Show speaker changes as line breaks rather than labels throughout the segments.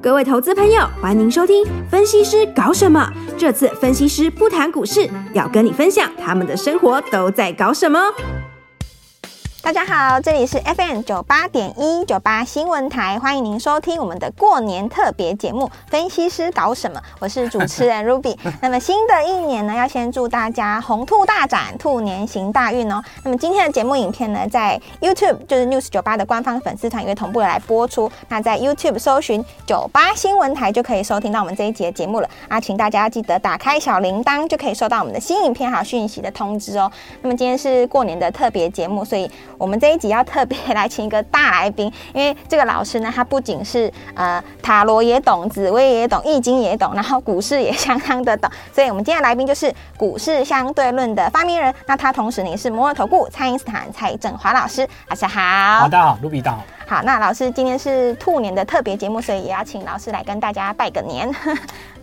各位投资朋友，欢迎收听《分析师搞什么》。这次分析师不谈股市，要跟你分享他们的生活都在搞什么。
大家好，这里是 FM 九八点一九八新闻台，欢迎您收听我们的过年特别节目《分析师搞什么》，我是主持人 Ruby。那么新的一年呢，要先祝大家红兔大展，兔年行大运哦。那么今天的节目影片呢，在 YouTube 就是 News 九八的官方粉丝团也会同步来播出。那在 YouTube 搜寻九八新闻台就可以收听到我们这一集的节目了啊，请大家记得打开小铃铛，就可以收到我们的新影片还有讯息的通知哦。那么今天是过年的特别节目，所以我们这一集要特别来请一个大来宾，因为这个老师呢，他不仅是呃塔罗也懂，紫薇也懂，易经也懂，然后股市也相当的懂，所以我们今天的来宾就是股市相对论的发明人。那他同时呢也是摩尔投顾、蔡因斯坦、蔡振华老师，老师好
好，。大家好，卢比大家好。
好，那老师今天是兔年的特别节目，所以也要请老师来跟大家拜个年。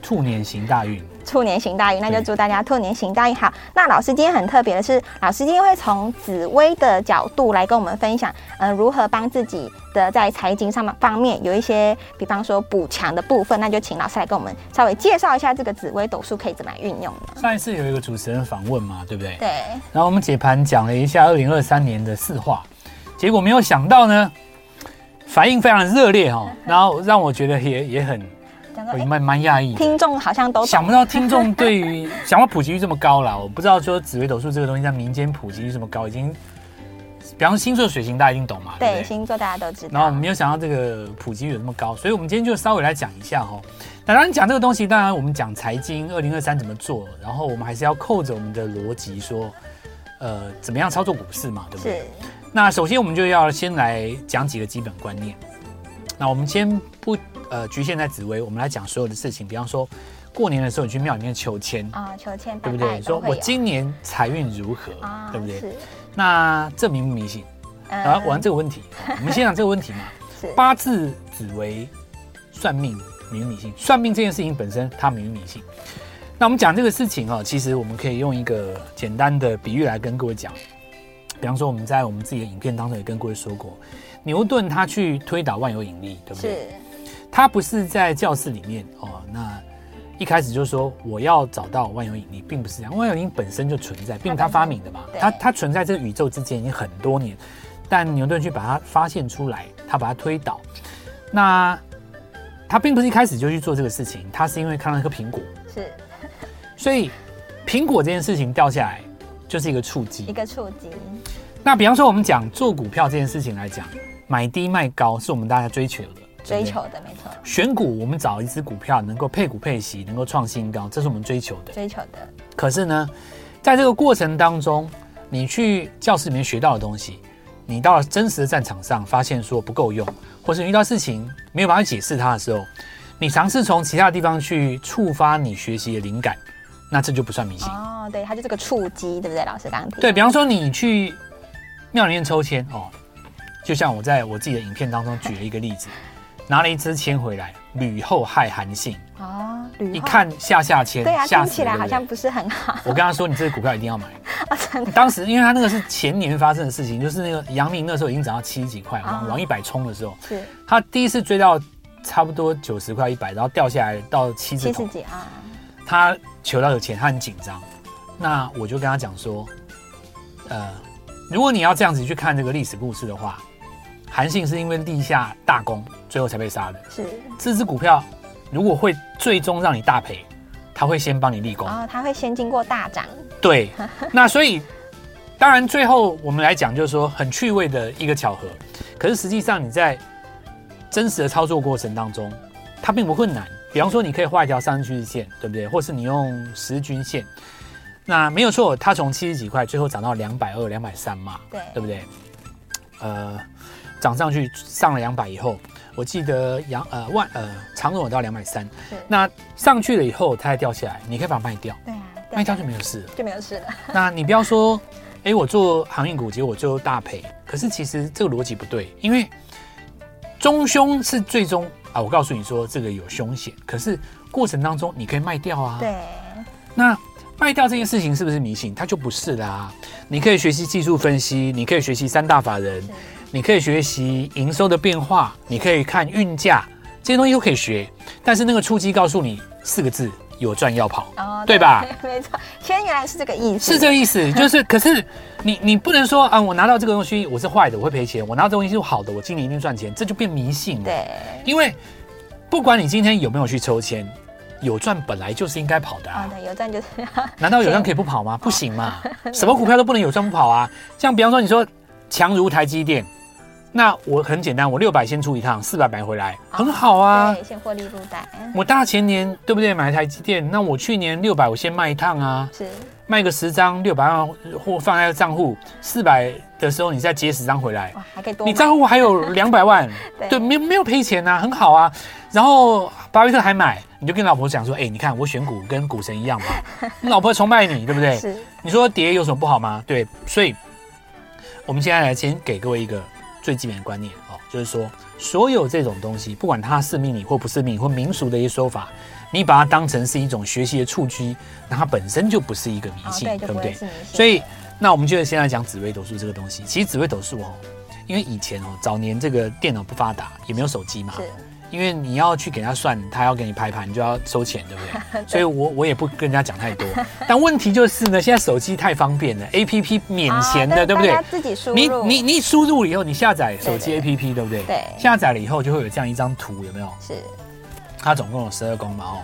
兔年行大运，
兔年行大运，那就
对
祝大家兔年行大运好。那老师今天很特别的是，老师今天会从紫薇的角度来跟我们分享，呃，如何帮自己的在财经上面方面有一些，比方说补强的部分，那就请老师来跟我们稍微介绍一下这个紫薇斗数可以怎么来运用呢？
上一次有一个主持人访问嘛，对不对？
对，
然后我们解盘讲了一下二零二三年的四化，结果没有想到呢，反应非常热烈哦，然后让我觉得也也很
讲说、
也
诶
蛮蛮讶异的。
听众好像都
想
懂，
不到听众对于想要普及率这么高啦，我不知道说紫微斗数这个东西在民间普及率这么高，已经，比方说星座水星大家一定懂嘛，
对
对不对？
星座大家都知
然后
道，
没有想到这个普及率有这么高，所以我们今天就稍微来讲一下哦。那当然讲这个东西，当然我们讲财经二零二三怎么做，然后我们还是要扣着我们的逻辑说，呃，怎么样操作股市嘛，对不对？
是
那首先我们就要先来讲几个基本观念。那我们先不呃局限在紫薇，我们来讲所有的事情，比方说过年的时候你去庙里面求签，
啊、求签拜
对不
拜
对？
都
说
会
我
有
今年财运如何，
啊，
对不对？
是，
那这迷不迷信？
嗯
啊，玩这个 问题，我们先讲这个问题嘛。
是
八字紫微算命迷不迷信？算命这件事情本身它迷不迷信？那我们讲这个事情哦，其实我们可以用一个简单的比喻来跟各位讲。比方说我们在我们自己的影片当中也跟各位说过，牛顿他去推导万有引力，对不对？
是
他不是在教室里面哦，那一开始就说我要找到万有引力，并不是这样。万有引力本身就存在，并不是他发明的嘛，
对
它它存在这个宇宙之间已经很多年，但牛顿去把它发现出来，他把它推导。那他并不是一开始就去做这个事情，他是因为看到一颗苹果，
是
所以苹果这件事情掉下来就是一个触
一
及。
个触及，
那比方说我们讲做股票这件事情来讲，买低卖高是我们大家追求的，对
追
不对
求的没错，
选股，我们找一只股票能够配股配息，能够创新高，这是我们追求的。
追求的
可是呢，在这个过程当中，你去教室里面学到的东西，你到了真实的战场上，发现说不够用，或是遇到事情没有办法解释它的时候，你尝试从其他地方去触发你学习的灵感，那这就不算迷信。
哦，对，它就是个触及，对不对？老师刚刚提
对比方说，你去庙里面抽签哦，就像我在我自己的影片当中举了一个例子，拿了一支签回来，吕后害韩信。
哦，铝
一
化
看下下签，
对啊，
吓
听
死
起
了
来
对不
好
对
像啊不是很好，
我跟他说，你这个股票一 定要买。当时因为他那个是前年发生的事情，就是那个阳明那时候已经涨到七十几块，
啊
往往一百冲的时候，
是
他第一次追到差不多九十块一百，然后掉下来到七字
七十
头，
几啊，
他求到有钱，他很紧张。那我就跟他讲说，呃，如果你要这样子去看这个历史故事的话，韩信是因为立下大功，最后才被杀的。
是，
这只股票如果会最终让你大赔，他会先帮你立功。
然后哦它会先经过大涨，
对， 那所以当然最后我们来讲，就是说很趣味的一个巧合。可是实际上你在真实的操作过程当中，它并不困难。比方说，你可以画一条三十均线，对不对？或是你用十均线，那没有错，它从七十几块最后涨到两百二、两百三嘛，
对
对不对？呃，涨上去上了两百以后，我记得杨呃万呃长荣有到两百三
是，
那上去了以后它再掉下来，你可以把它卖掉，
对啊，
卖
对
掉就没有事了。
就没有事了，
那你不要说，哎，我做航运股，结果我最后大赔。可是其实这个逻辑不对，因为中凶是最终啊，我告诉你说这个有凶险，可是过程当中你可以卖掉啊。。
对，
那卖掉这件事情是不是迷信？它就不是啦、你可以学习技术分析，你可以学习三大法人
是，
你可以学习营收的变化，你可以看运价，这些东西都可以学，但是那个初期告诉你四个字：有赚要跑。
哦
对吧？
没错，其实原来是这个意思。
是这个意思，就是可是你你不能说啊，我拿到这个东西我是坏的，我会赔钱；我拿到这个东西是好的，我今年一定赚钱，这就变迷信了。，
对，
因为不管你今天有没有去抽签，有赚本来就是应该跑的
好
啊。
的，哦有赚就是哦
难道有赚可以不跑吗？不行嘛，什么股票都不能有赚不跑啊。像比方说你说强如台积电，那我很简单，我六百先出一趟，四百买回来，很好啊。
哦对，先获利入袋，嗯
我大前年对不对买台积电？那我去年六百我先卖一趟啊。
是
卖个十张六百万或放在账户，四百的时候你再接十张回来，
哇，还可以多买。，
你账户还有两百万
对
对，没有没有赔钱呐、很好啊。然后巴菲特还买，你就跟老婆讲说，哎、你看我选股跟股神一样 吧，你老婆崇拜你，对不对？
是
你说跌有什么不好吗？对，所以我们现在来先给各位一个最基本的观念哦，就是说所有这种东西，不管它是命理或不是命理或民俗的一些说法，你把它当成是一种学习的触须，那它本身就不是一个迷
哦，
信，
对，就
对
不
不
会
对？
是迷信。
所以，那我们就先来讲紫微斗数这个东西。其实紫微斗数哦，因为以前哦，早年这个电脑不发达，也没有手机嘛，
是
因为你要去给他算，他要给你排盘，你就要收钱，对不 对？所以我我也不跟人家讲太多。 但问题就是呢，现在手机太方便了，A P P 免钱的，
哦
对不对
大家？自己输入，
你你你输入以后，你下载手机
对
A P P，对不对？
对
下载了以后就会有这样一张图，有没有？
是
它总共有十二宫嘛哦。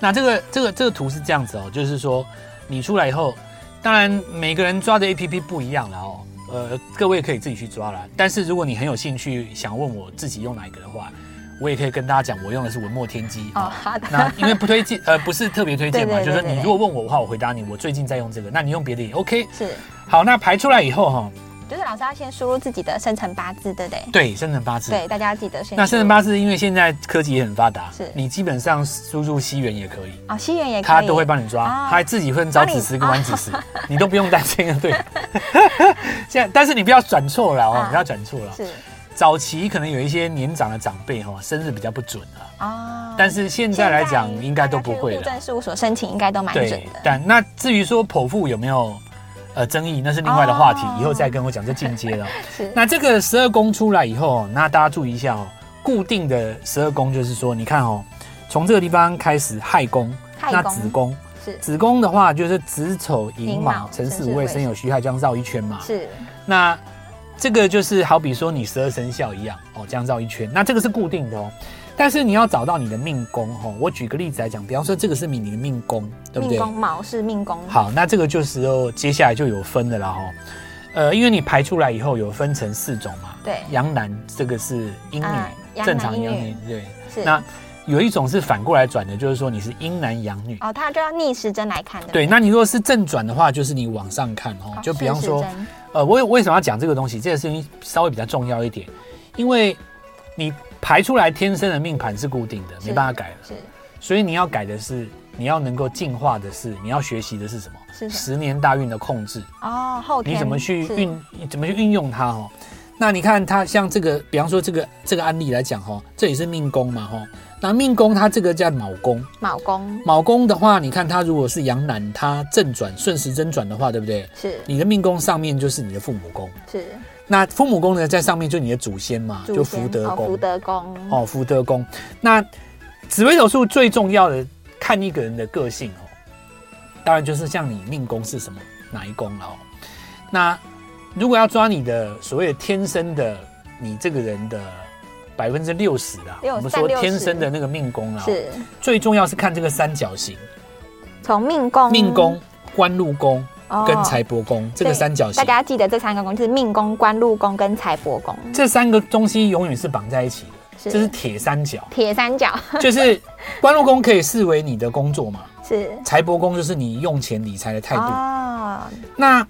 那这个这个这个图是这样子哦，就是说你出来以后，当然每个人抓的 A P P 不一样了哦。呃，各位可以自己去抓啦。但是如果你很有兴趣，想问我自己用哪一个的话，我也可以跟大家讲，我用的是文墨天机
哦，
啊。
好的，
那因为不推荐，呃，不是特别推荐嘛，
对对对
就是说
对
你
对
如果问我的话，我回答你，我最近在用这个，那你用别的也 OK。
是
好，那排出来以后哈、
就是老师要先输入自己的生辰八字，对不对？
对，生辰八字，
对，大家要记得先输入。
那生辰八字因为现在科技也很发达，
是
你基本上输入西元也可以，
哦，西元也可以，
他都会帮你抓，
啊
他还自己会找子时跟晚子时，你都不用担心了。啊对， 现在但是你不要转错了哦
啊，
不要转错了。
是
早期可能有一些年长的长辈哈、哦，生日比较不准啊，
哦，
但是现在来讲
现在
应该都不
大
会
家去户
了
政。事务所申请应该都蛮准
对，
的。
但那至于说剖腹有没有呃争议，那是另外的话题，
哦
以后再跟我讲，这进阶了。哦
是
那这个十二宫出来以后，那大家注意一下哦，固定的十二宫就是说，你看哦，从这个地方开始亥宫，
亥
那
宫
子宫，
是
子宫的话就是子丑寅
寅
卯
卯
辰
辰
巳
巳
午未
未
申酉戌亥这样绕一圈嘛。
是
那这个就是好比说你十二生肖一样哦，这样绕一圈。那这个是固定的哦，但是你要找到你的命宫哦。我举个例子来讲，比方说这个是你你的命宫，对不
命
对？
宫卯是命宫，
好，那这个就是哦，接下来就有分的啦哦。呃，因为你排出来以后有分成四种嘛，
对
阳男这个是阴女，
啊阳男
正常
阴
阳
女
女对。
是
那有一种是反过来转的，就是说你是阴男阳女。
哦，他就要逆时针来看的。
对，那你如果是正转的话，就是你往上看哦
哦，
就比方
顺时
说，
针
呃，我有为什么要讲这个东西？这个事情稍微比较重要一点，因为你排出来天生的命盘是固定的，
是
没办法改了，
是
所以你要改的是，你要能够进化的是，你要学习的是什么？
是什么
十年大运的控制。
哦，后天
你怎么去
是
运，你怎么去运用它哦？那你看它像这个，比方说这个这个案例来讲哦，这也是命宫嘛哦。那命宫它这个叫卯宫，
卯宫
卯宫的话，你看它如果是阳男，它正转顺时针转的话，对不对？
是
你的命宫上面就是你的父母宫，
是
那父母宫呢在上面就是你的祖先嘛，
祖
就
先
福德
哦
宫
福德宫
哦，福德宫。那紫微斗数最重要的看一个人的个性哦，当然就是像你命宫是什么哪一宫了哦。那如果要抓你的所谓的天生的你这个人的百分之六十啦，
六
我们
占
说
六十
天生的那个命宫啦，
是
最重要是看这个三角形，
从命宫
命宫、官禄宫
哦
跟财帛宫、这个
对
三角形
大。家要记得这三个宫就是命宫、官禄宫跟财帛宫，
这三个东西永远是绑在一起
是。
的，这是铁三角
铁三 角
就是官禄宫可以视为你的工作嘛，
是
财帛宫就是你用钱理财的态度。
哦，
那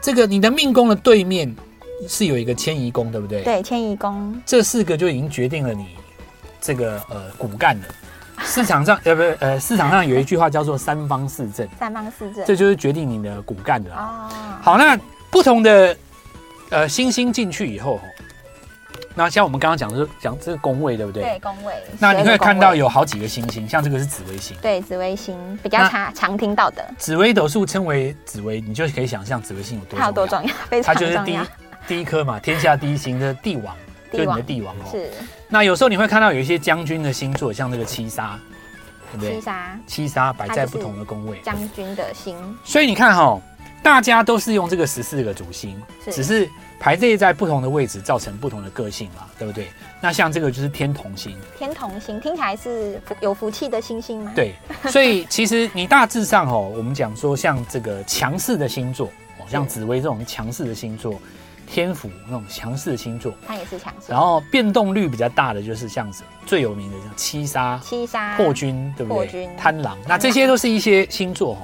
这个你的命宫的对面是有一个迁移宫，对不对？。
对，迁移宫
这四个就已经决定了你这个呃骨干了。市场上呃不是呃市场上有一句话叫做三方四正，
三方四正
这就是决定你的骨啊干了。
哦，
好，那不同的呃星星进去以后，哦那像我们刚刚讲的是讲这个宫位，对不对？
对宫位，
那你会看
12个
到
宫位
有好几个星星，像这个是紫微星。
对紫微星比较
那
常常听到的，
紫微斗数称为紫微，你就可以想象紫微星有多
它有多
重要。
重要，非
它
常
就是
重
第一
要，
第一颗嘛，天下第一星的帝王。就是你的帝王哦。
是
那有时候你会看到有一些将军的星座，像这个七杀，对不
七
对？
杀
七杀摆在
它
不
就是
同的宫位，
将军的心，
所以你看哈、大家都是用这个十四个主星，
是
只是排列在不同的位置，造成不同的个性嘛，对不对？那像这个就是天同星，
天同星听起来是福有福气的星星吗？，
对，所以其实你大致上哦，我们讲说像这个强势的星座，哦，像紫薇这种强势的星座，天府那种强势的星座，
它也是强势。
然后变动率比较大的就是像是最有名的像七杀、
七杀
破军，对不
破
对
军？
贪狼，那这些都是一些星座哦。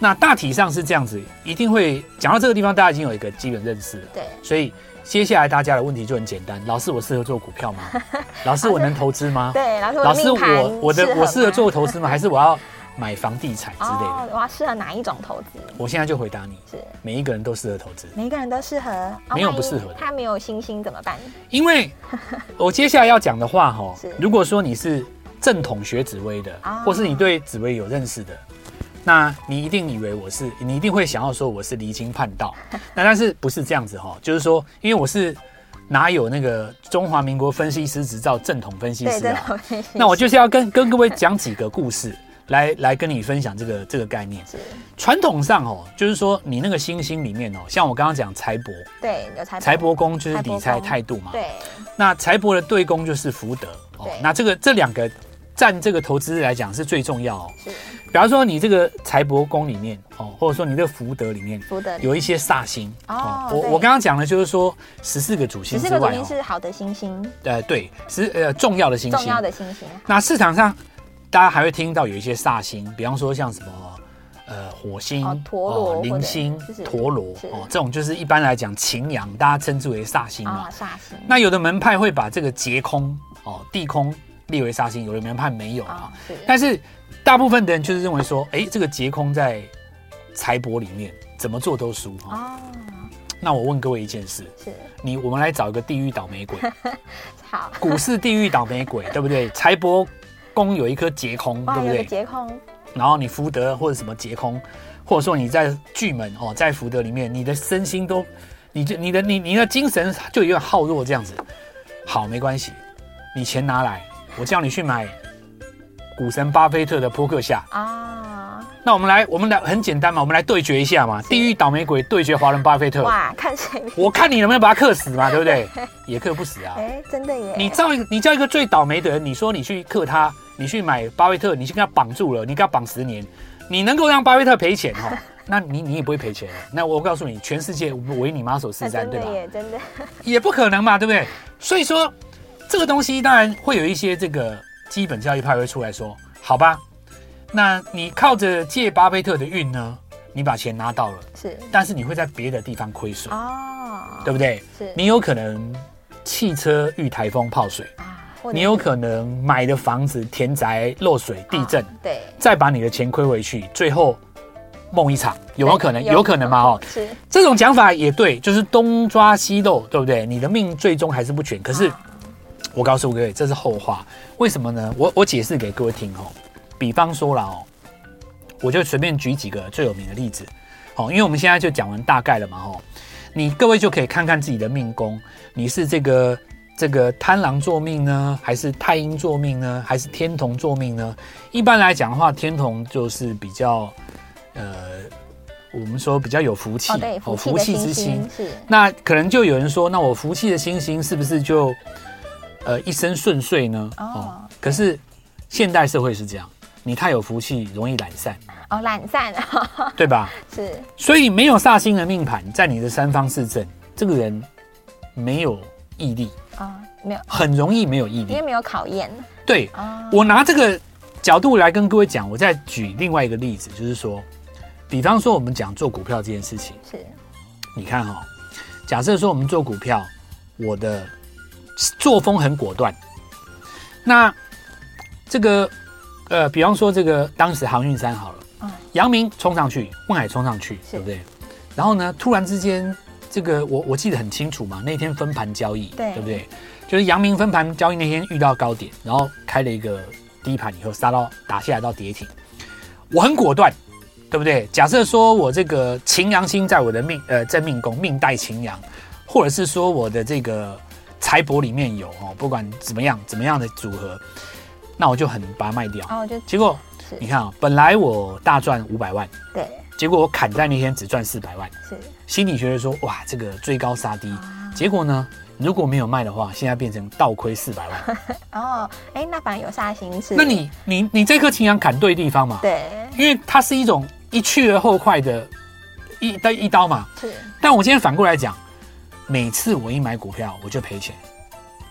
那大体上是这样子，一定会讲到这个地方，大家已经有一个基本认识了。
对，
所以接下来大家的问题就很简单：老师，我适合做股 票吗？老师，我能投资吗？
对，老师我
老
的
师，
命
我
盘
我的我适合
吗
做投资吗？还是我要买房地产之类的？
哦，我要适合哪一种投资？
我现在就回答你，
是
每一个人都适合投资，
每一个人都适合，哦
没有
万一
不适合的
他没有星星怎么办？
因 为我接下来要讲的话哈
是，
如果说你是啊正统学紫薇的
哦，
或是你对紫薇有认识的。那你一定以为我是，你一定会想要说我是离经叛 道，那但是不是这样子哈？就是说，因为我是哪有那个中华民国分析师执照正统分析
对，
师
真
啊？
的没
那我就是要跟跟各位讲几个故事，来来跟你分享这个这个概念。
是
传统上哦，就是说你那个星星里面哦，像我刚刚讲财帛，
对有财
财帛宫就是
财
理
帛
财
宫
态度嘛。
对
那财帛的对宫就是福德哦
对。
那这个这两个占这个投资来讲是最重要哦。
是
比方说你这个财帛宫里面哦，或者说你这个福德里面
福德里
有一些煞星
哦
我
对
我刚刚讲的就是说十四个主
十
星
四
之
个主
外
星
哦，
是好的星星，
呃对，十呃重要的星
重
星
要。的星星啊
那市场上大家还会听到有一些煞星，比方说像什么。呃，火星、
哦陀螺或者
铃星
是、
陀螺
是
哦，这种就是一般来讲擎羊，大家称之为煞星嘛
啊，。煞星
那有的门派会把这个劫空哦、地空列为煞星，有的门派没有啊
啊。是
但是大部分的人就是认为说，哎、这个劫空在财帛里面怎么做都输哈、
哦
那我问各位一件事，
是
你我们来找一个地狱倒 霉鬼，
好
股市地狱倒霉鬼，对不对？财帛宫有一颗劫空，
哇
对不
有个
对？
节空
然后你福德或者什么劫空，或者说你在巨门哦，在福德里面，你的身心都，你就你的你你的精神就有点耗弱这样子。好，没关系，你钱拿来，我叫你去买股神巴菲特的扑克下。
啊
那我们来，我们来很简单嘛，我们来对决一下嘛，地狱倒霉鬼对决华人巴菲特，
哇看谁
我看你能不能把他克死嘛，对不对？也克不死啊。
哎真的耶
你叫一个你叫一个最倒霉的人，你说你去克他，你去买巴菲特，你去跟他绑住了，你跟他绑十年，你能够让巴菲特赔钱哈、哦？那你你也不会赔钱。啊那我告诉你，全世界唯你马首是
那
瞻，
真
对吧
的？耶真的
也不可能嘛，对不对？所以说这个东西当然会有一些这个基本教育派会出来说，好吧，那你靠着借巴菲特的运呢，你把钱拿到了，
是
但是你会在别的地方亏损，
哦
对不对？
是
你有可能汽车遇台风泡水。
啊或者
你有
是
可能买的房子田宅漏水、地震，
啊对
再把你的钱亏回去，最后梦一场，有没有可能？
对
有可能嘛？哦，
是
这种讲法也对，就是东抓西漏，对不对？你的命最终还是不全。可是、
啊
我告诉各位，这是后话，为什么呢？我我解释给各位听哦。比方说啦哦，我就随便举几个最有名的例子哦，因为我们现在就讲完大概了嘛哦，你各位就可以看看自己的命宫，你是这个这个贪狼座命呢，还是太阴座命呢，还是天同座命呢？一般来讲的话，天同就是比较呃，我们说比较有福气
哦对福气
福
的
气
星
之星
星。是
那可能就有人说，那我福气的星星是不是就呃一生顺遂呢？
哦
哦，可是现代社会是这样，你太有福气容易懒散，
哦懒散
对吧？
是
所以没有煞星的命盘在你的三方四正，这个人没有毅力，
啊没有
很容易没有毅
因
力
为。没有考验
对
啊
我拿这个角度来跟各位讲，我再举另外一个例子，就是说，比方说我们讲做股票这件事情。
是
你看哈、哦，假设说我们做股票，我的作风很果断。那这个呃，比方说这个当时航运三好了
嗯，
阳明冲上去，万海冲上去，
是
对不对？然后呢，突然之间，这个我我记得很清楚嘛，那天分盘交易，
对
不对？就是阳明分盘交易那天遇到高点，然后开了一个低盘以后杀到打下来到跌停，我很果断，对不对？假设说我这个擎羊星在我的命呃真命宫命带擎羊，或者是说我的这个财帛里面有哦，不管怎么样怎么样的组合，那我就很把它卖掉。
然后就
结果
是
你看啊、本来我大赚五百万，
对
结果我砍在那天只赚四百万。
是
心理学就说，哇，这个追高杀低。结果呢，如果没有卖的话，现在变成倒亏四百万。
哦，哎，那反而有煞星是？
那你你你这颗琴阳砍对地方嘛？
对
因为它是一种一去而后快的一的一刀嘛。
是
但我今天反过来讲，每次我一买股票我就赔钱，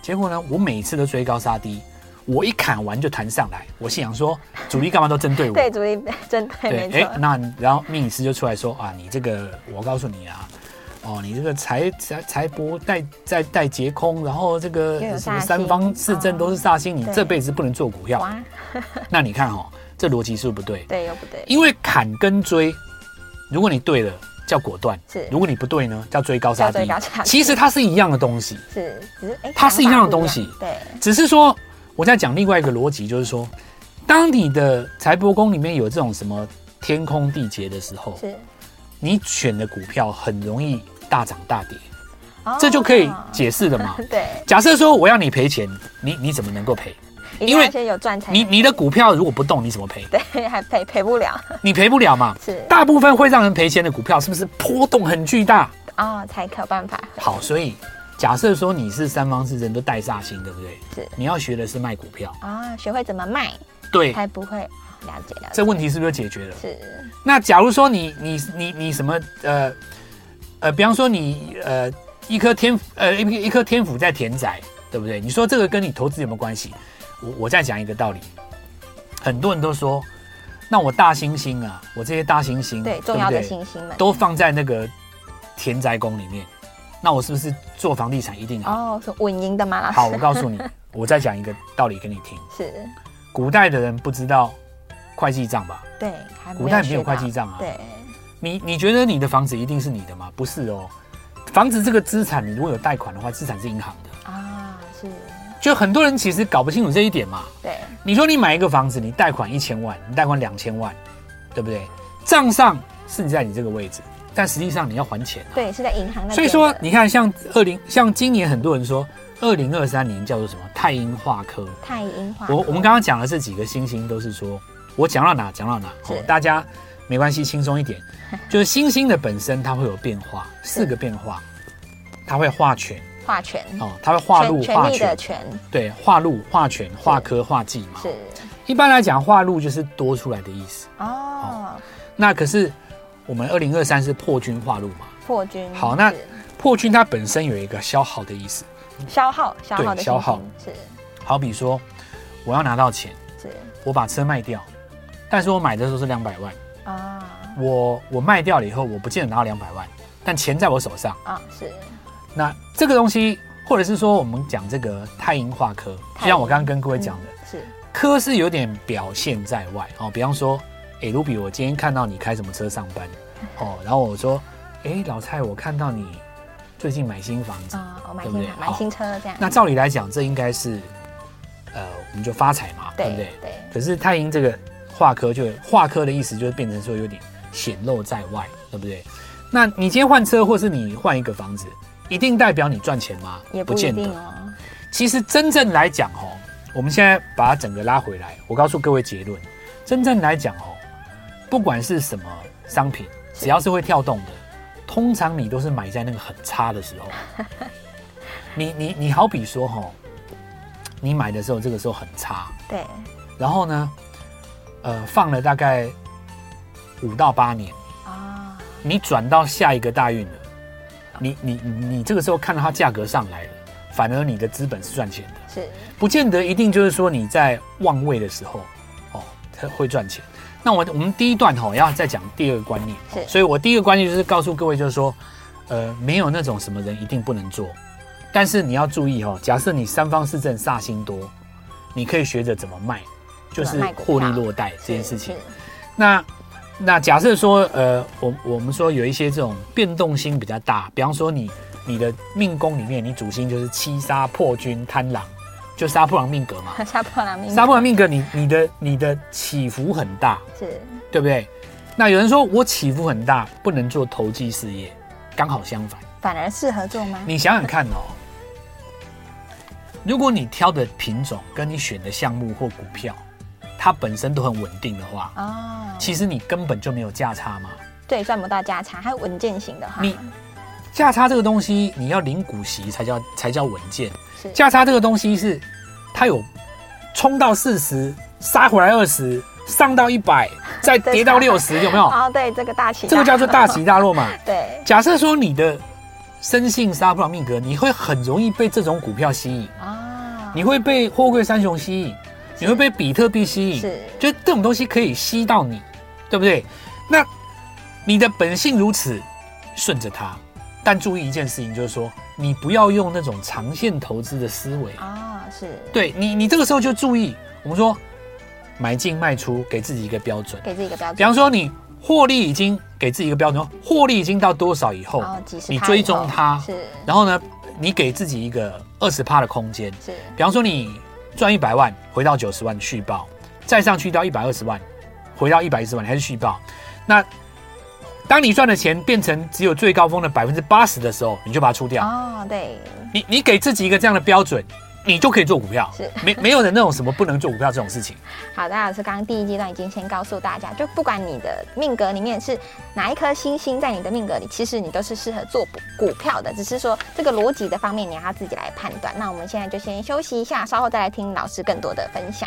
结果呢，我每次都追高杀低，我一砍完就弹上来。我心想说，主力干嘛都针对我？
对主力针对
对，
没
哎、
错，
那你然后命理师就出来说啊，你这个我告诉你啊，哦，你这个财财财帛带带带劫空，然后这个
又有
什么
煞
三方
星
四正
哦
都是煞星，你
对
这辈子不能做股票。
哇，
那你看哦，这逻辑是不是不对？
对又不对，
因为砍跟追，如果你对了叫果断，
是
如果你不对呢，叫追高杀
叫
低
追高杀。低
其实它是一样的东西，
是只是哎，
它是一样的
想法不
东西
对
只是说我在讲另外一个逻辑，就是说，当你的财帛宫里面有这种什么天空地劫的时候，
是，
你选的股票很容易大涨大跌，
哦
这就可以解 释了嘛。
对，
假设说我要你赔钱，你你怎么能够赔？
一定
因为
要先有赚才
你你的股票如果不动，你怎么赔？
对还赔赔不了
你赔不了嘛。
是
大部分会让人赔钱的股票，是不是波动很巨大？
哦，才可有办法
好，所以假设说你是三方四正都带煞星，对不对？
是
你要学的是卖股票，
啊，学会怎么卖
对，
才不会了解了解
这问题是不是就解决了？
是
那假如说你你你你什么呃呃，比方说你呃一颗天呃一一颗天府在田宅，对不对？你说这个跟你投资有没有关系？我我再讲一个道理，很多人都说，那我大猩猩啊，我这些大猩猩，
对
不
重要的
对
星星们
都放在那个田宅宫里面，那我是不是做房地产一定好？
哦是稳赢的吗？老师
好，我告诉你，我再讲一个道理给你听。
是
古代的人不知道会计账吧？
对，还
古代没有
学到
会计账啊
对
你你觉得你的房子一定是你的吗？不是哦，房子这个资产，你如果有贷款的话，资产是银行的。
啊是，
就很多人其实搞不清楚这一点嘛。
对
你说你买一个房子，你贷款一千万，你贷款两千万，对不对？账上是你在你这个位置，但实际上你要还钱啊、
对是在银行那边的，
所以说，你看像二零，像今年很多人说，二零二三年叫做什么太阴化科。
太阴化
我我们刚刚讲的这几个星星都是说，我讲到哪讲到哪，
是
哦，大家没关系，轻松 一点。就是星星的本身它会有变化，四个变化，它会化权
化权
哦，它会化禄
嗯权
化
权力的
权，
权
对，化禄化权化科化忌嘛。
是
一般来讲，化禄就是多出来的意思。
哦
那可是我们二零二三是破军化禄嘛，
破军
好那
嗯是
破军它本身有一个消耗的意思，
消耗消
对
耗的
消
星
耗
星
好比说我要拿到钱，
是是
我把车卖掉，但是我买的时候是两百万。
啊
我我卖掉了以后，我不见得拿到两百万，但钱在我手上。
啊是
那这个东西，或者是说我们讲这个太阴化科，
太阴
就像我刚刚跟各位讲的，
嗯是
科是有点表现在外哦。比方说，诶，卢比，我今天看到你开什么车上班哦，然后我说，诶，老蔡，我看到你最近买新房子，
啊我买
对不
新
对
买
好
新车这样
那照理来讲，这应该是，呃，我们就发财嘛，对不对
对？对
可是太阴这个化科就化科的意思就是变成说有点显露在外，对不对？那你今天换车，或是你换一个房子，一定代表你赚钱吗？
也不一
见
定
得。
哦
其实真正来讲哦，我们现在把它整个拉回来，我告诉各位结论：真正来讲哦，不管是什么商品，只要是会跳动的，通常你都是买在那个很差的时候。 你你你好比说哈、哦，你买的时候这个时候很差，
对
然后呢，呃，放了大概五到八年，
啊
你转到下一个大运了，你你你你这个时候看到它价格上来了，反而你的资本是赚钱的，
是
不见得一定就是说你在旺位的时候哦它会赚钱。那我我们第一段哈、哦、要再讲第二个观念，哦
是
所以我第一个观念就是告诉各位就是说，呃，没有那种什么人一定不能做，但是你要注意哦，假设你三方四正煞星多，你可以学着怎么卖，就是
怎么卖股
获利
票
落袋这件事情。
是
那那假设说，呃，我我们说有一些这种变动性比较大，比方说你你的命宫里面，你主星就是七杀破军贪狼，就杀破狼命格嘛。
是 杀破狼命
杀破狼命格你，你的你的起伏很大，
是
对不对？那有人说我起伏很大，不能做投机事业，刚好相反。
反而适合做吗？
你想想看哦，如果你挑的品种跟你选的项目或股票，它本身都很稳定的话，
哦，
其实你根本就没有价差嘛。
对，赚不到价差，还有稳健型的哈，
你价差这个东西，你要领股息才叫才叫稳健。
是
价差这个东西是，它有冲到四十，杀回来二十，上到一百，再跌到六十，有没有？
哦，对，这个大起大
这个叫做大起大落嘛。
对
假设说你的生性杀不了命格，你会很容易被这种股票吸引，
啊，
你会被货柜三雄吸引，你会被比特币吸引，
是
就这种东西可以吸到你，对不对？那你的本性如此，顺着它。但注意一件事情，就是说你不要用那种长线投资的思维。
啊是
对你，你这个时候就注意，我们说买进卖出，给自己一个标准。
给自己一个标
比
准，
方说你获利已经给自己一个标准，获利已经到多少以后，
然后哦几十
你
趴
追
以后
踪它，
是
然后呢，你给自己一个二十趴的空间。
是
比方说你赚一百万，回到九十万续报，再上去到一百二十万，回到一百一十万，你还是续报。那当你赚的钱变成只有最高峰的百分之八十的时候，你就把它出掉。
哦对
你你给自己一个这样的标准，你就可以做股票
是。
没没有人那种什么不能做股票这种事情。
好的，老师刚刚第一阶段已经先告诉大家，就不管你的命格里面是哪一颗星星在你的命格里，其实你都是适合做股股票的，只是说这个逻辑的方面你要自己来判断。那我们现在就先休息一下，稍后再来听老师更多的分享。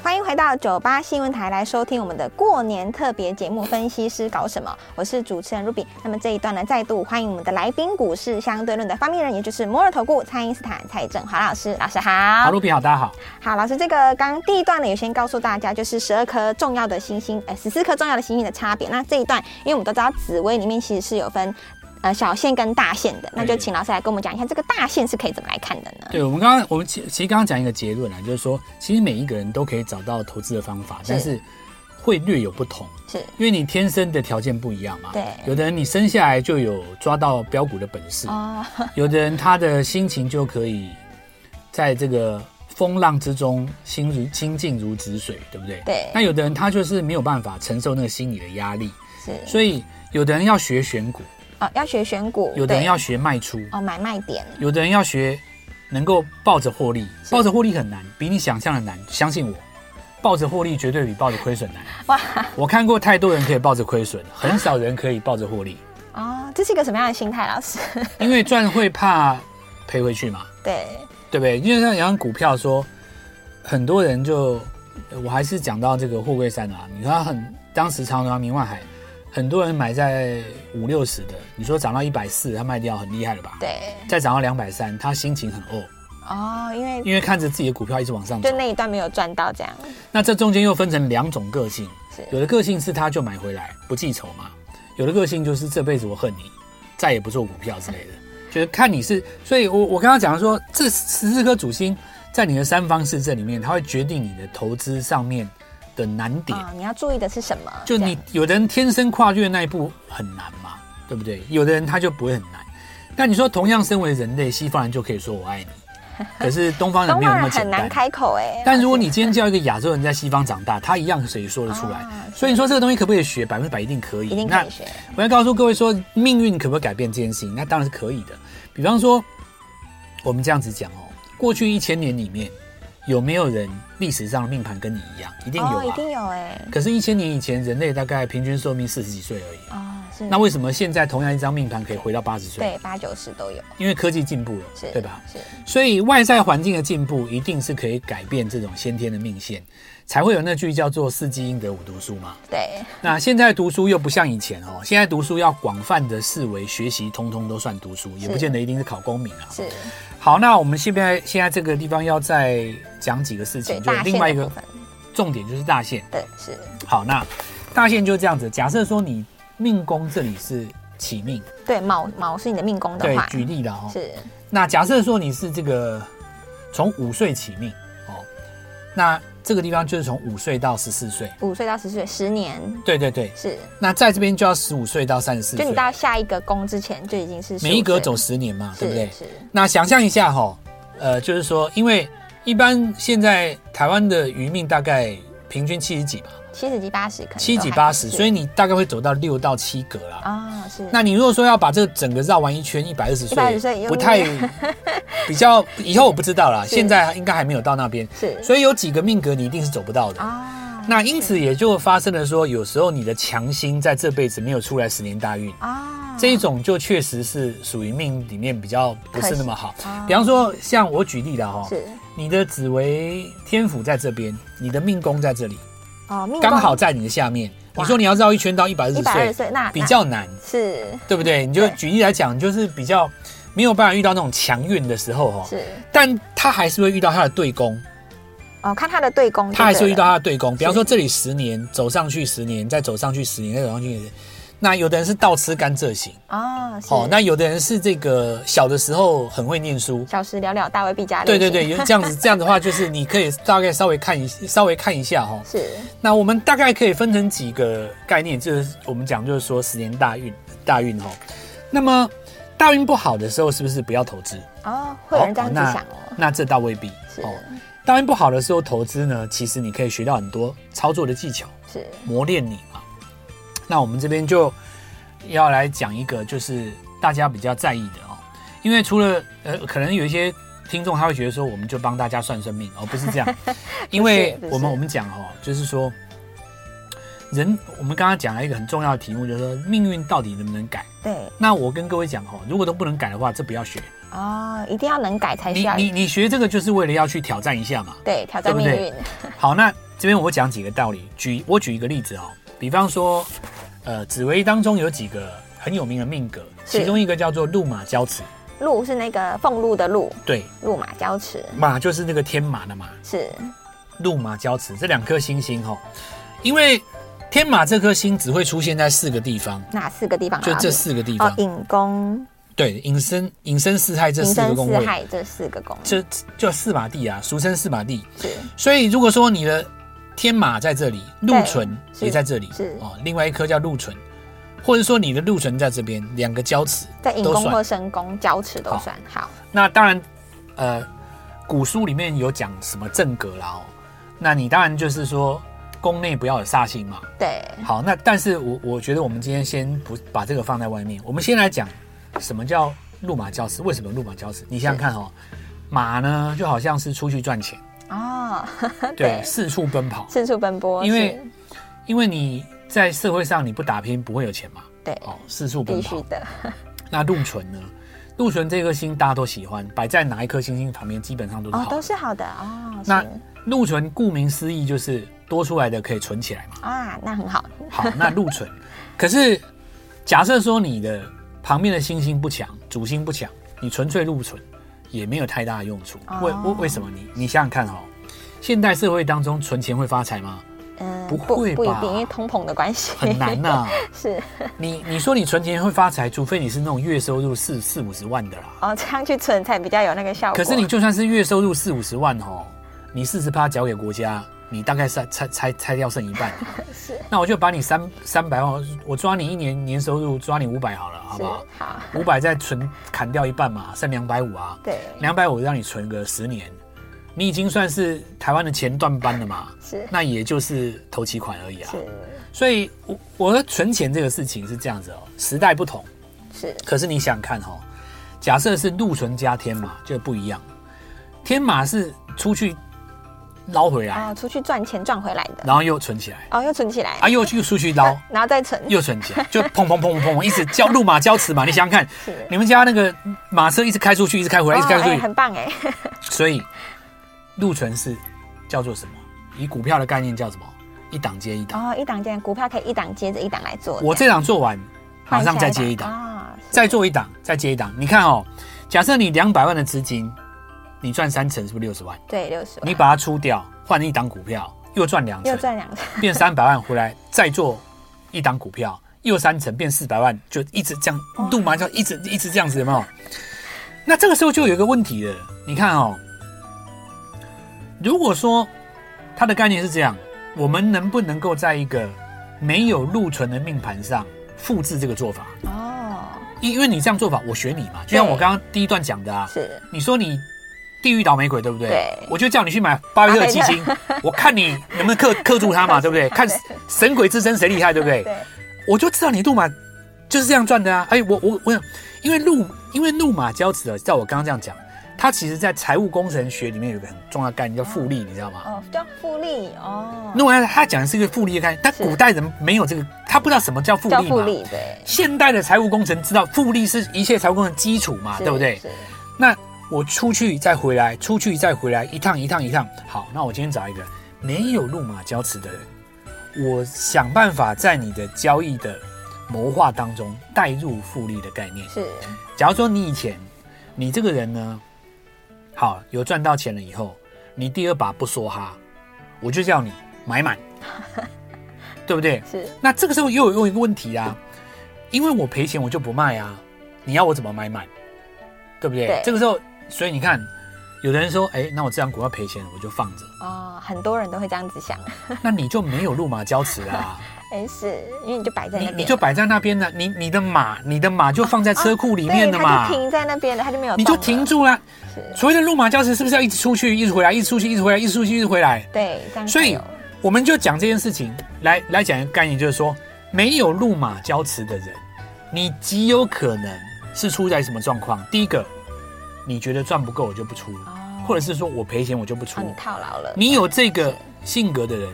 欢迎回到九八新闻台来收听我们的过年特别节目《分析师搞什么》，我是主持人 Ruby。那么这一段呢，再度欢迎我们的来宾，股市相对论的发明人，也就是摩尔投顾蔡因斯坦蔡振华老师，老师好。
好，卢比好，大家好。
好，老师，这个刚刚第一段呢，有先告诉大家，就是十二颗重要的行星，呃，十四颗重要的行星的差别。那这一段，因为我们都知道紫薇里面其实是有分，呃，小线跟大线的，那就
对
请老师来跟我们讲一下，这个大线是可以怎么来看的呢？
对我们刚刚，我们其其实刚刚讲一个结论啊，就是说，其实每一个人都可以找到投资的方法，
是
但是会略有不同，
是
因为你天生的条件不一样嘛。
对
有的人你生下来就有抓到标股的本事，
哦，
有的人他的心情就可以在这个风浪之中心如心静如止水，对不对？
对
那有的人他就是没有办法承受那个心理的压力，
是
所以有的人要学选股，
哦，要学选股，
有的人
对
要学卖出，
哦买卖点，
有的人要学能够抱着获利，抱着获利很难，比你想象的难。相信我，抱着获利绝对比抱着亏损难。
哇，
我看过太多人可以抱着亏损，很少人可以抱着获利，
哦，这是一个什么样的心态，老师？
因为赚会怕赔回去嘛，
对，
对不对？因为像讲股票说，很多人就我还是讲到这个货柜山啊，你看很当时长荣、明万海，很多人买在五六十的，你说涨到一百四，他卖掉很厉害了吧？
对，
再涨到两百三，他心情很怄，
哦，因为
因为看着自己的股票一直往上走
就。那一段没有赚到，这样
那这中间又分成两种个性，
是
有的个性是他就买回来不记仇嘛，有的个性就是这辈子我恨你，再也不做股票之类的，就是看你是。所以我我刚刚讲说，这十四颗主星在你的三方四正里面，它会决定你的投资上面的难点。
啊、哦，你要注意的是什么？
就
这
你
样
有的人天生跨越那一步很难嘛，对不对？有的人他就不会很难。那你说同样身为人类，西方人就可以说我爱你， 可是东方人
东
没有
方
那么
人
简
很
单
难。开口哎，
但如果你今天叫一个亚洲人在西方长大，他一样谁说得出来？
啊是
所以你说这个东西可不可以学？百分之百一定可以。
一定可以学
那我要告诉各位说，命运可不可以改变这件事情？那当然是可以的。比方说，我们这样子讲哦，过去一千年里面有没有人历史上的命盘跟你一样？一定有
哦，一
啊。
定有哎，
可是，一千年以前人类大概平均寿命四十几岁而已。
哦，是
那为什么现在同样一张命盘可以回到八十岁？
对八九十都有，
因为科技进步了
是，
对吧？
是
所以外在环境的进步一定是可以改变这种先天的命线，才会有那句叫做“四季应得五读书”嘛。
对，
那现在读书又不像以前哦，现在读书要广泛的视为学习，通通都算读书，也不见得一定是考公民啊。
是
好，那我们现在现在这个地方要再讲几个事
对
情，就
大
另外一
线的
个
部分，
重点就是大限。
对是
好，那大限就这样子，假设说你命宫这里是起命，
对卯卯是你的命宫的
对
话，，
举例了哦。
是
那假设说你是这个从五岁起命哦，那这个地方就是从五岁到十四岁，
五岁到十岁十年
对对对。
是，
那在这边就要十五岁到三十四
就
岁
你，到下一个宫之前就已经是15
每一格
岁
走十年嘛，对不对
是？是
那想象一下哈、呃，就是说，因为一般现在台湾的余命大概平均七十几嘛，
七十几八十可能
七几八十，所
以
以你大概会走到六到七格啦。
啊、是
那你如果说要把这个整个绕完一圈，一百二十
120岁
岁
又
不太比较，以后我不知道啦，
是
现在应该还没有到那边，
是
所以有几个命格你一定是走不到的。
啊
那因此也就发生了说，有时候你的强心在这辈子没有出来十年大运，
啊
这一种就确实是属于命里面比较不是那么好
可惜哦。
比方说，像我举例的哈、
是
你的紫微天府在这边，你的命宫在这里，
哦，命
刚好在你的下面。
哇
你说你要绕一圈到一百二
一
十
百二十
岁，
岁，那
比较难，
那是
对不对？你就
对
举例来讲，就是比较没有办法遇到那种强运的时候哦。
是
但他还是会遇到他的对宫，
哦，看他的对攻就对了，
他还是会遇到他的对宫。比方说这里十年走上去十年，再走上去十年，再走上去十年。那有的人是倒吃甘蔗型，
哦，是
哦，那有的人是这个小的时候很会念书，
小时了了，大未必加。
对对对，，有这样子，这样的话就是你可以大概稍微看一稍微看一下哈、哦。
是
那我们大概可以分成几个概念，就是我们讲就是说十年大运大运哈、哦。那么大运不好的时候，是不是不要投资？
哦，会有人这样子
那
想哦，
那这倒未必
是
哦。大运不好的时候投资呢，其实你可以学到很多操作的技巧，
是
磨练你嘛。那我们这边就要来讲一个，就是大家比较在意的哦，因为除了呃，可能有一些听众他会觉得说，我们就帮大家算算命哦，不是这样，因为
不是
我们我们讲哦，就是说人，我们刚刚讲了一个很重要的题目，就是说命运到底能不能改？
对
那我跟各位讲哦，如果都不能改的话，这不要学。
哦，一定要能改才需
你
要
你你学这个就是为了要去挑战一下嘛。
对挑战
对
命
不对
运，
好，那这边我讲几个道理，举我举一个例子哦，比方说，呃，紫薇当中有几个很有名的命格，
是
其中一个叫做路马交趾，
鹿是那个俸禄的鹿，
对，
鹿马交驰
马就是那个天马的马，
是
路马交趾这两颗星星哦，因为天马这颗星只会出现在四个地方，
哪四个地方啊？
就这四个地
哦
方，，
引宫、
对，隐身隐身四害这
引
四个
申、
宫
四
位，
害这四个宫
这就四马地啊，俗称四马地，
是
所以如果说你的天马在这里，
对
禄存
是
也在这里，
是
哦，另外一颗叫禄存，或者说你的禄存在这边，两个交趾
在引
都
宫
算
或。申宫、交驰都
好
算好
那当然，呃，古书里面有讲什么正格啦哦，那你当然就是说宫内不要有煞星嘛。
对
好，那但是我我觉得我们今天先不把这个放在外面，我们先来讲什么叫路马交趾，为什么路马交趾？你想想看哦，马呢就好像是出去赚钱，
哦，
对，四处奔跑，
四处奔波，
因为
是
因为你在社会上你不打拼不会有钱嘛，
对
哦，四处奔
必须
跑。
的
那禄存呢？禄存这颗星大家都喜欢，摆在哪一颗星星旁边，基本上都是
哦，
好。
都是好的哦，
那
是
禄存顾名思义就是多出来的可以存起来 嘛。
啊，那很好
好，那禄存，可是假设说你的旁边的星星不强，主星不强，你纯粹禄存也没有太大的用处。
哦
为为为什么你你想想看哦，现代社会当中存钱会发财吗？
嗯，
不会
不一
吧
定，因为通膨的关系，
很难呐、
是
你你说你存钱会发财，除非你是那种月收入四四五十万的啦。
哦，这样去存才比较有那个效果。
可是你就算是月收入四五十万哦，你四十趴交给国家，你大概拆拆拆拆掉剩一半。
是
那我就把你三三百万，我抓你一年年收入抓你五百好了，好
是
不好？
好，
五百再存砍掉一半嘛，剩两百五啊。
对，
两百五让你存个十年，你已经算是台湾的前段班了嘛。
是
那也就是投期款而已啊。
是
所以我我说存钱这个事情是这样子哦，时代不同。
是
可是你想想看哦，假设是禄存加天马就不一样，天马是出去捞回来，
哦，出去赚钱赚回来的，
然后又存起来，
哦，又存起来，
啊又去出 去捞，
然后再存，
又存起来，就砰砰砰砰砰，一直交路马交驰嘛。你想想看
是，
你们家那个马车一直开出去，一直开回来，一直开
哦哎
出去，
很棒哎，
所以禄存是叫做什么？以股票的概念叫什么？一档接一档，
哦，一档接股票可以一档接着一档来做，
我这档做完，马上再接一档。
啊，哦
再做一档，再接一档。你看哦，假设你两百万的资金，你赚三成，是不是六十万？
对六十万，
你把它出掉，换一档股票，又赚两
又
成，
赚两成，
变三百万回来，再做一档股票，又三成，变四百万，就一直这样度麻
哦
将，一直一直这样子，有没有？那这个时候就有一个问题了，你看哦，如果说它的概念是这样，我们能不能够在一个没有禄存的命盘上复制这个做法？
哦，
因因为你这样做法，我学你嘛，就像我刚刚第一段讲的啊，
是
你说你地狱倒霉鬼，对不对？
对
我就叫你去买巴菲特的基金，我看你能不能克克住他嘛，对不对？看神鬼之争谁厉害，对不对？
对，
我就知道你路马就是这样赚的啊！哎，我我我，因为路因为路马交子，啊照我刚刚这样讲，它其实在财务工程学里面有一个很重要的概念叫复利，你知道吗？
哦，叫复利哦，
那我他讲的是一个复利的概念，但
是
古代人没有这个，他不知道什么叫复
叫
利
复
嘛。
利，对，
现代的财务工程知道复利是一切财务工程的基础嘛，
是
啊对不对？
是
那我出去再回来，出去再回来，一趟一趟一趟。好，那我今天找一个没有路马交驰的人，我想办法在你的交易的谋划当中带入复利的概念。
是，
假如说你以前你这个人呢，好有赚到钱了以后，你第二把不说哈，我就叫你买 满，对不对？
是
那这个时候又有又有一个问题啊，因为我赔钱我就不卖啊，你要我怎么买满，对不对？
对
这个时候，所以你看，有的人说，哎，那我这张股票赔钱了我就放着，
哦，很多人都会这样子想，
那你就没有路马交驰啦、
哎，是因为你就摆在那
你
边了，
你就摆在那边了，你你的马，你的马就放在车库里面的
对
嘛，
它就停在那边了，它就没有，
你就停，住了。
是，
所谓的路马交驰是不是要一直出去，一直回来，一直出去，一直回来，一直出去，一直回来？
对，这样才
所以
有
我们就讲这件事情来来讲一个概念，就是说没有路马交驰的人，你极有可能是出在什么状况？第一个，你觉得赚不够我就不出，
哦
或者是说我赔钱我就不出
哦，。你套牢了，
你有这个性格的人，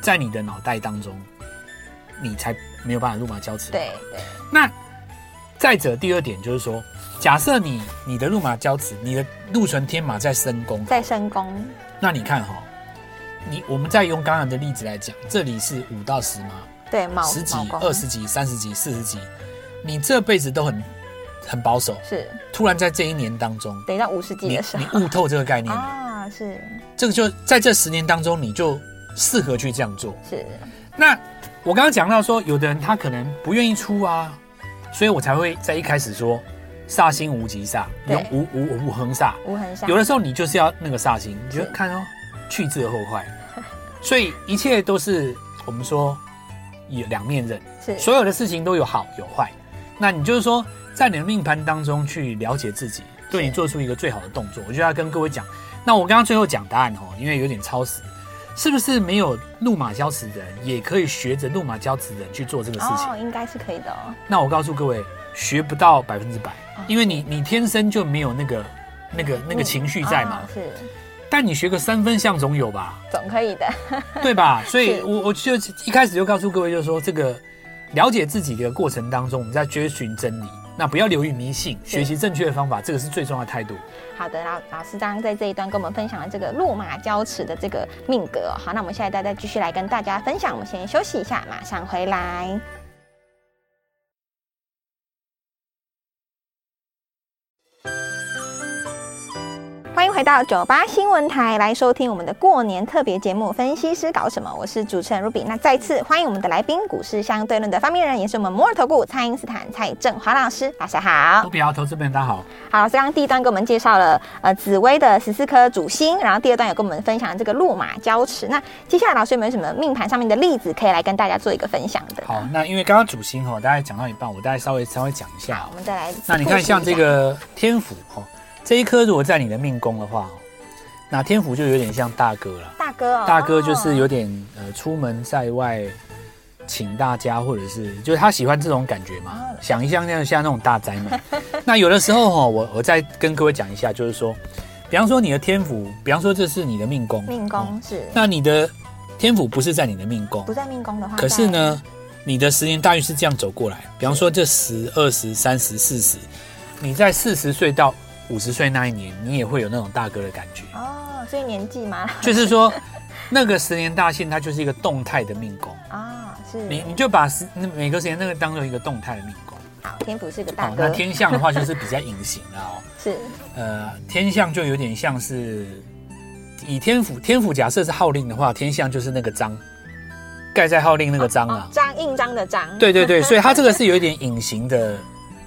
在你的脑袋当中，你才没有办法路马交驰。
对对
那再者，第二点就是说，假设你你的路马交驰，你的路存天马在深宫，
在深宫，
那你看哈、你我们再用刚刚的例子来讲，这里是五到十嘛，
对，卯
十级
卯、宫
二十级、三十级、四十级，你这辈子都很很保守，
是，
突然在这一年当中，
等到五十级
你
的时
你
候
悟透这个概念了，
啊，是
这个就在这十年当中，你就适合去这样做。
是，
那我刚刚讲到说，有的人他可能不愿意出啊，所以我才会在一开始说煞星无极煞，
对
用无无无横煞。
无痕上
有的时候你就是要那个煞星，你就是看哦，去之而后快。所以一切都是我们说有两面刃，
是
所有的事情都有好有坏。那你就是说，在你的命盘当中去了解自己，对你做出一个最好的动作。我就要跟各位讲，那我刚刚最后讲答案哦，因为有点超时，是不是没有路马交驰的人，也可以学着路马交驰的人去做这个事情？
哦，应该是可以的哦，
那我告诉各位，学不到百分之百
哦，
因为你你天生就没有那个那个那个
嗯
情绪在嘛
啊。是
但你学个三分像总 有吧，
总可以的，
对吧？所以
是
我我就一开始就告诉各位，就是说这个了解自己的过程当中，我们在追寻真理，那不要流于迷信，
是
学习正确的方法，这个是最重要的态度。
好的，老老师刚刚在这一段跟我们分享了这个落马交驰的这个命格哦、好，那我们下一代再继续来跟大家分享。我们先休息一下，马上回来。欢迎回到九八新闻台，来收听我们的过年特别节目《分析师搞什么》，我是主持人 Ruby。那再次欢迎我们的来宾，股市相对论的发明人，也是我们摩尔投顾蔡英斯坦蔡振华老师，老师好
都。比较投资朋友大家好，
好，老师刚刚第一段给我们介绍了呃紫薇的十四颗主星，然后第二段有跟我们分享这个路马交驰。那接下来老师有没有什么命盘上面的例子可以来跟大家做一个分享的？
好，那因为刚刚主星哈、哦，大概讲到一半，我大概稍微稍微讲一下、
我
哦。
们再来。
那你看像这，个天府哈、哦，这一颗如果在你的命宫的话、哦，那天府就有点像大哥了。
大哥、哦，
大哥就是有点呃，出门在外，请大家，或者是就是他喜欢这种感觉
哦
嘛，想一下那样像那种大灾嘛。 那有的时候哈、我我再跟各位讲一下，就是说，比方说你的天府，比方说这是你的命宫，
命
哦
宫是、
那你的天府不是在你的命宫
不，在命宫的话，
可是呢，你的十年大运是这样走过来，比方说这十、二十、三十、四十，你在四十岁到五十岁那一年，你也会有那种大哥的感觉。
在，哦，所以年纪嘛，
就是说，那个十年大限它就是一个动态的命宫，
啊、是
你你就把十那每个十年那个当做一个动态的命宫。哦
好，天府是个大哥，
那天象的话就是比较隐形啦哦。
是
呃，天象就有点像是以天府天府假设是号令的话，天象就是那个章，盖在号令那个章
哦
啊。
张印章的章，
对对对，所以它这个是有一点隐形的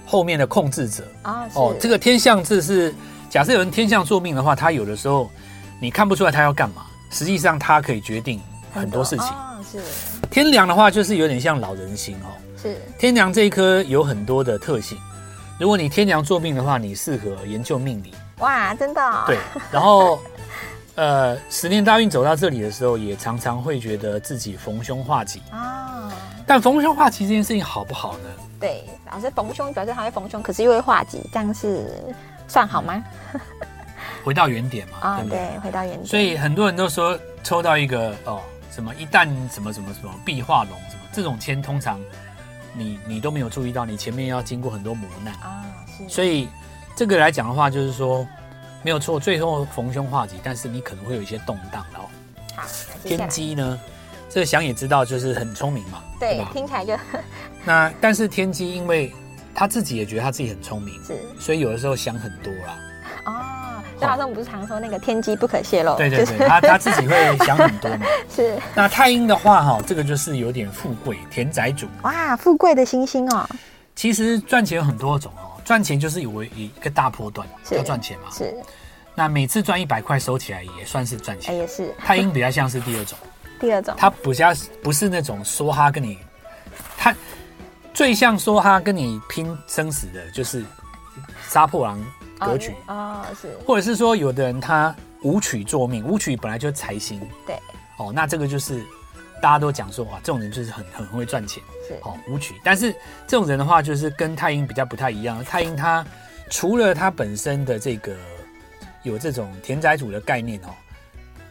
后面的控制者。
哦是
哦，这个天象字是假设有人天象做命的话，他有的时候你看不出来他要干嘛，实际上他可以决定很多事情。
哦是
天梁的话就是有点像老人心哦。
是
天梁这一颗有很多的特性，如果你天梁做命的话，你适合研究命理，
哇，真的、哦，
对，然后呃，十年大运走到这里的时候，也常常会觉得自己逢凶化吉。
啊、
但逢凶化吉这件事情好不好呢？
对，老师逢凶表示他会逢凶，可是又会化吉，这样是算好吗？
回到原点嘛，
啊、
对不对？
对，回到原点，
所以很多人都说抽到一个哦什么一旦什么什么什么必化龙什么这种签，通常你你都没有注意到，你前面要经过很多磨难。
啊、是，
所以这个来讲的话，就是说没有错，最后逢凶化吉，但是你可能会有一些动荡然后
以好，那接下
天
来
机呢，这个想也知道就是很聪明嘛，
对，
吧？
听起来就，
那但是天机因为他自己也觉得他自己很聪明
是
所以有的时候想很多啦。
哦，就好像我们不是常说那个天机不可泄露，
对 对
就是
对，他他自己会想很多嘛。
是
那太阴的话哈，这个就是有点富贵田宅主。
哇，富贵的星星哦，
其实赚钱有很多种哦，赚钱就是有一个大波段
是
要赚钱嘛。
是，
那每次赚一百块收起来也算是赚
哎、
钱。
也是
太阴比较像是第二种。
第二种，
他不像不是那种说他跟你，他最像说他跟你拼生死的，就是杀破狼格局，
哦，哦是
或者是说有的人他舞曲作命，舞曲本来就财星，
对，
哦，那这个就是大家都讲说哇，这种人就是很很会赚钱，
是
哦，舞曲。但是这种人的话，就是跟太阴比较不太一样，太阴他除了他本身的这个有这种田宅主的概念哦，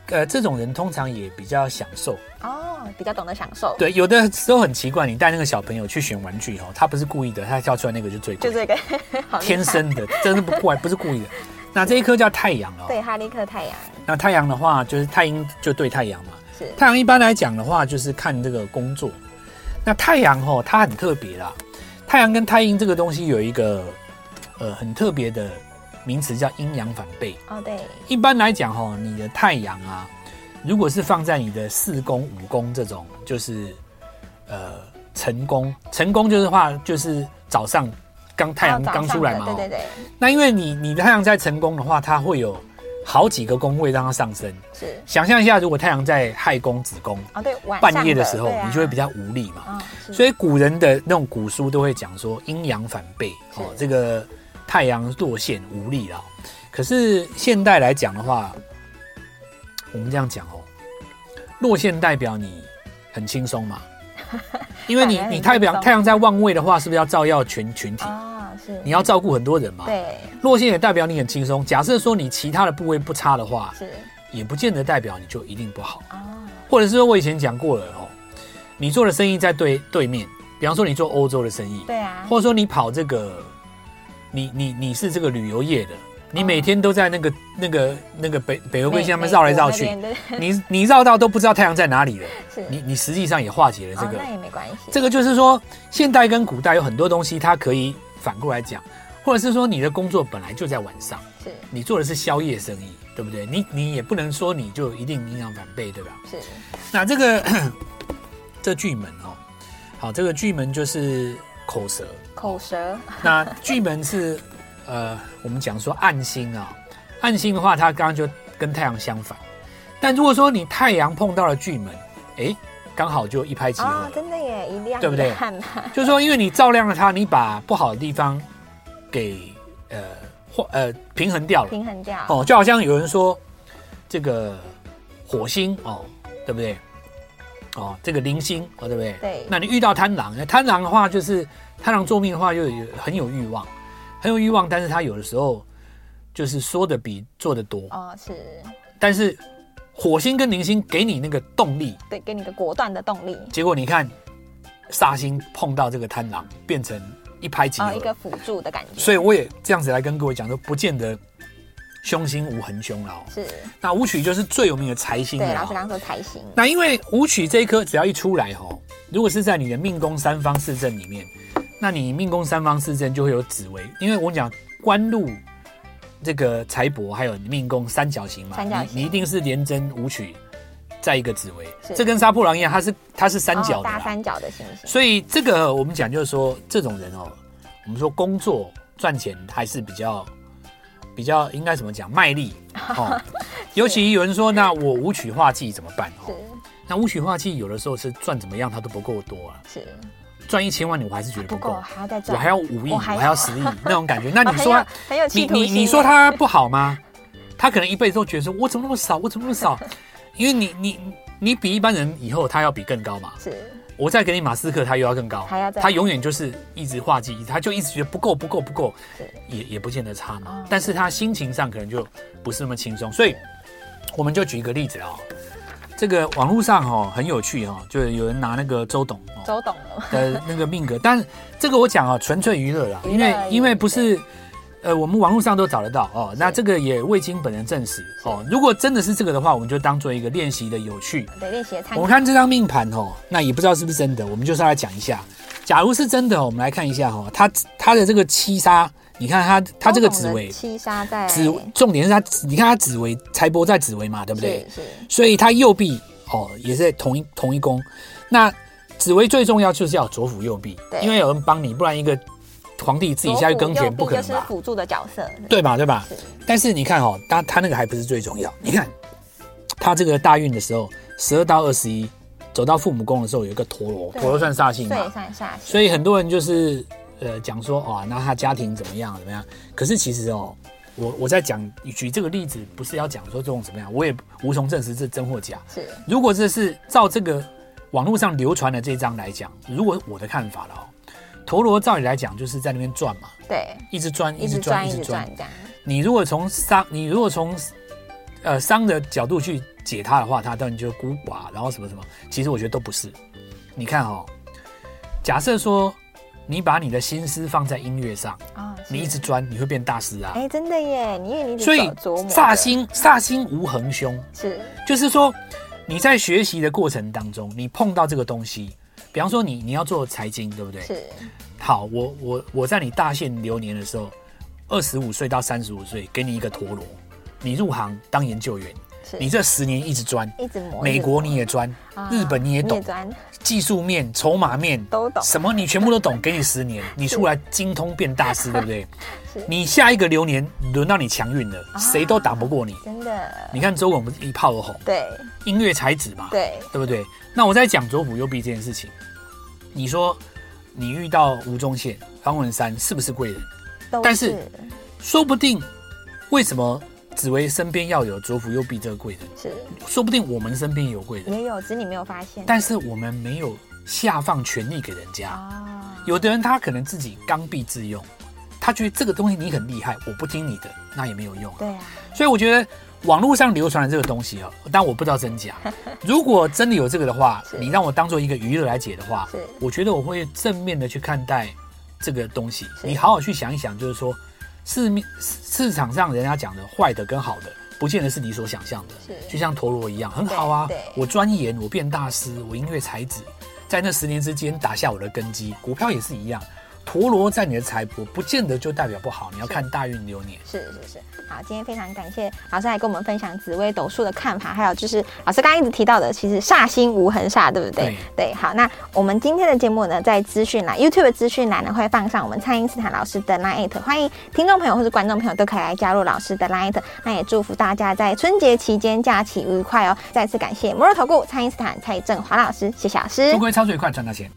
呃，这种人通常也比较享受。
哦，比较懂得享受，，
对，有的时候很奇怪，你带那个小朋友去选玩具哦，他不是故意的，他跳出来那个就最贵，
就这个 好厉害
天，生的，真的不怪，不是故意的。那这一颗叫太阳哦，
对，哈利克太阳
那太阳的话就是太阴就对太阳嘛，
是
太阳一般来讲的话就是看这个工作。那太阳哦，它很特别啦，太阳跟太阴这个东西有一个呃很特别的名词叫阴阳反背。
哦，对，
一般来讲哈、你的太阳啊，如果是放在你的四宫、五宫这种，就是呃成功，成功就是话就是早上刚太阳
哦早
刚
上
出来
的
嘛、哦，
对对对，
那因为你你的太阳在成功的话，它会有好几个宫位让它上升。
是，
想象一下，如果太阳在亥宫、子宫，
哦，对，晚上
半夜的时候，
对啊
你就会比较无力嘛。
哦，
所
以
以古人的那种古书都会讲说阴阳反背，
是
哦，这个太阳落陷无力啦。可是现代来讲的话，我们这样讲哦，落陷代表你很轻 松嘛，因为你
当然很
你太
轻
阳
松
太阳在旺位的话，是不是要照耀全群体？
哦，是，
你要照顾很多人嘛。
对
落陷也代表你很轻松。假设说你其他的部位不差的话，
是
也不见得代表你就一定不好。
哦，
或者是说我以前讲过了哦，你做的生意在对对面，比方说你做欧洲的生意，
对啊，
或者说你跑这个，你你你是这个旅游业的，你每天都在那个那个那个北北回归线上面绕来绕去
美，国那边对
你你绕到都不知道太阳在哪里了。
是
你你实际上也化解了这
哦
个，
那也没关系，
这个就是说，现代跟古代有很多东西，它可以反过来讲，或者是说你的工作本来就在晚上，
是
你做的是宵夜生意，对不对？你你也不能说你就一定阴阳反背，对吧？
是
那这个 这巨门哦，好，这个巨门就是口舌，
口舌
那巨门是呃，我们讲说暗星啊、暗星的话，它刚刚就跟太阳相反，但如果说你太阳碰到了巨门，诶，刚好就一拍即合了。
哦，真的耶，一亮
对不对
一暗嘛，
就是说，因为你照亮了它，你把不好的地方给呃或呃平衡掉了。
平衡掉，
哦，就好像有人说这个火星哦，对不对？哦，这个零星哦，对不对？
对
那你遇到贪狼，那贪狼的话就是贪狼做命的话，就有很有欲望，很有欲望，但是他有的时候就是说的比做的多。
哦，是
但是火星跟零星给你那个动力，
对，给你个果断的动力，
结果你看煞星碰到这个贪狼，变成一拍即合。
哦，一个辅助的感觉，
所以我也这样子来跟各位讲，说不见得凶星无痕凶了哦。
是
那舞曲就是最有名的财星
对，
了
老师
哦。
刚刚说财星，
那因为舞曲这一颗只要一出来哦，如果是在你的命宫三方四正里面，那你命宫三方四正就会有紫薇，因为我讲官禄。这个财帛还有命宫三角形嘛，
三角形
你你一定是连针舞曲，再一个紫薇，
是
这跟杀破狼一样，它是它是三角
哦
的啦、
大三角的星星，
所以这个我们讲就是说，这种人哦，我们说工作赚钱还是比较比较应该怎么讲 卖力哦。尤其有人说，那我舞曲化技怎么办？哦，那舞曲化技有的时候是赚怎么样，它都不够多啊。
是是
赚一千万，你我还是觉得
不
不
够
够，
还要再哦赚，
我还要五亿，
我
我
还要
还 要十亿那种感觉。那
我
你
很
说
有，很有企
你
图
你
心
你说他不好吗？他可能一辈子都觉得说，我怎么那么少，我怎么那么少？因为你你你比一般人以后他要比更高嘛，
是
我再给你马斯克，他又要更高，
还要再
他永远就是一直画技，他就一直觉得不够不够不够
是，
也也不见得差嘛
哦。
但是他心情上可能就不是那么轻松，所以我们就举一个例子啊、这个网络上哦很有趣哦，就是有人拿那个周董哦
周董了吗？
的那个命格，但这个我讲哦，纯粹娱乐啦，
娱乐
因为
而已
因为不是，呃，我们网络上都找得到哦。那这个也未经本人证实哦。如果真的是这个的话，我们就当做一个练习的有趣。
对，练习的参
我
考
们。看这张命盘哦，那也不知道是不是真的，我们就是要来讲一下。假如是真的哦，我们来看一下哦，他他的这个七杀，你看他他这个
周董
紫
的
薇，
七杀在
紫重点是他，你看他紫薇财帛在紫薇嘛，对不对
是？是
所以他右臂哦也是在同一同一宫。那紫薇最重要就是要左辅右臂
对，
因为有人帮你，不然一个皇帝自己下去耕
左辅右
田
弼
不可能
就是
吧？啊
辅助的角色，
对吧？对吧
是？
但是你看哦，他他那个还不是最重要。你看他这个大运的时候，十二到二十一走到父母宫的时候，有一个陀螺，
对
陀螺算煞
对
星嘛，
算下去
所以很多人就是呃讲说哇，那他家庭怎么样怎么样？可是其实哦，我我在讲举这个例子，不是要讲说这种怎么样，我也无从证实这真或假。
是
如果这是照这个网络上流传的这一张来讲，如果我的看法了哦，陀螺照理来讲就是在那边转嘛，
对，
一直转，
一
一
直
直转，
转
一
一
直
直
转
转。这样，
你如果从商，你如果从呃商的角度去解它的话，它当然就孤寡，然后什么什么，其实我觉得都不是。你看哦，假设说你把你的心思放在音乐上，
啊，
你一
是
直钻，你会变大师啊。
哎，真的耶，你因为你一直
所以
走琢磨
煞
的
星煞星无恒凶，
是
就是说你在学习的过程当中，你碰到这个东西，比方说你你要做财经，对不对？
是
好，我我我在你大限流年的时候，二十五岁到三十五岁，给你一个陀螺，你入行当研究员，
是，
你这十年一直钻，
一直磨
美国
一直
你也钻，
磨啊
日本你也懂，
钻
技术面、筹码面
都懂
什么你全部都懂，给你十年，你出来精通变大师，对不对
是？啊
你下一个流年轮到你强运了，谁都打不过你。
真的
你看周董不是一炮而红，
对
音乐才子嘛，
对
对不对？那我在讲左辅右弼这件事情，你说你遇到吴宗宪、方文山是不是贵人？
都
但是说不定为什么紫薇身边要有左辅右弼这个贵人？
是
说不定我们身边也有贵人，
也有，只是你没有发现
但是我们没有下放权力给人家。
啊，
有的人他可能自己刚愎自用，他觉得这个东西你很厉害，我不听你的，那也没有用啊。
对啊，
所以我觉得网络上流传的这个东西哦，但我不知道 真假。如果真的有这个的话
是，
你让我当做一个娱乐来解的话
是，
我觉得我会正面的去看待这个东西。
是
你好好去想一想，就是说市面市市场上人家讲的坏的跟好的，不见得是你所想象的。
是
就像陀螺一样，很好啊
对对。
我钻研，我变大师，我音乐才子，在那十年之间打下我的根基。股票也是一样，陀螺在你的财帛，不见得就代表不好。你要
是
看大运流年。
是是是，好，今天非常感谢老师来跟我们分享紫微斗数的看法，还有就是老师刚刚一直提到的，其实煞星无痕煞，对不对？好，那我们今天的节目呢，在资讯栏 YouTube 的资讯栏呢会放上我们蔡英斯坦老师的 Line，欢迎听众朋友或是观众朋友都可以来加入老师的 Line，那也祝福大家在春节期间假期愉快哦！再次感谢摩尔投顾蔡英斯坦蔡振华老师，谢谢老师，
中规超最快赚到钱。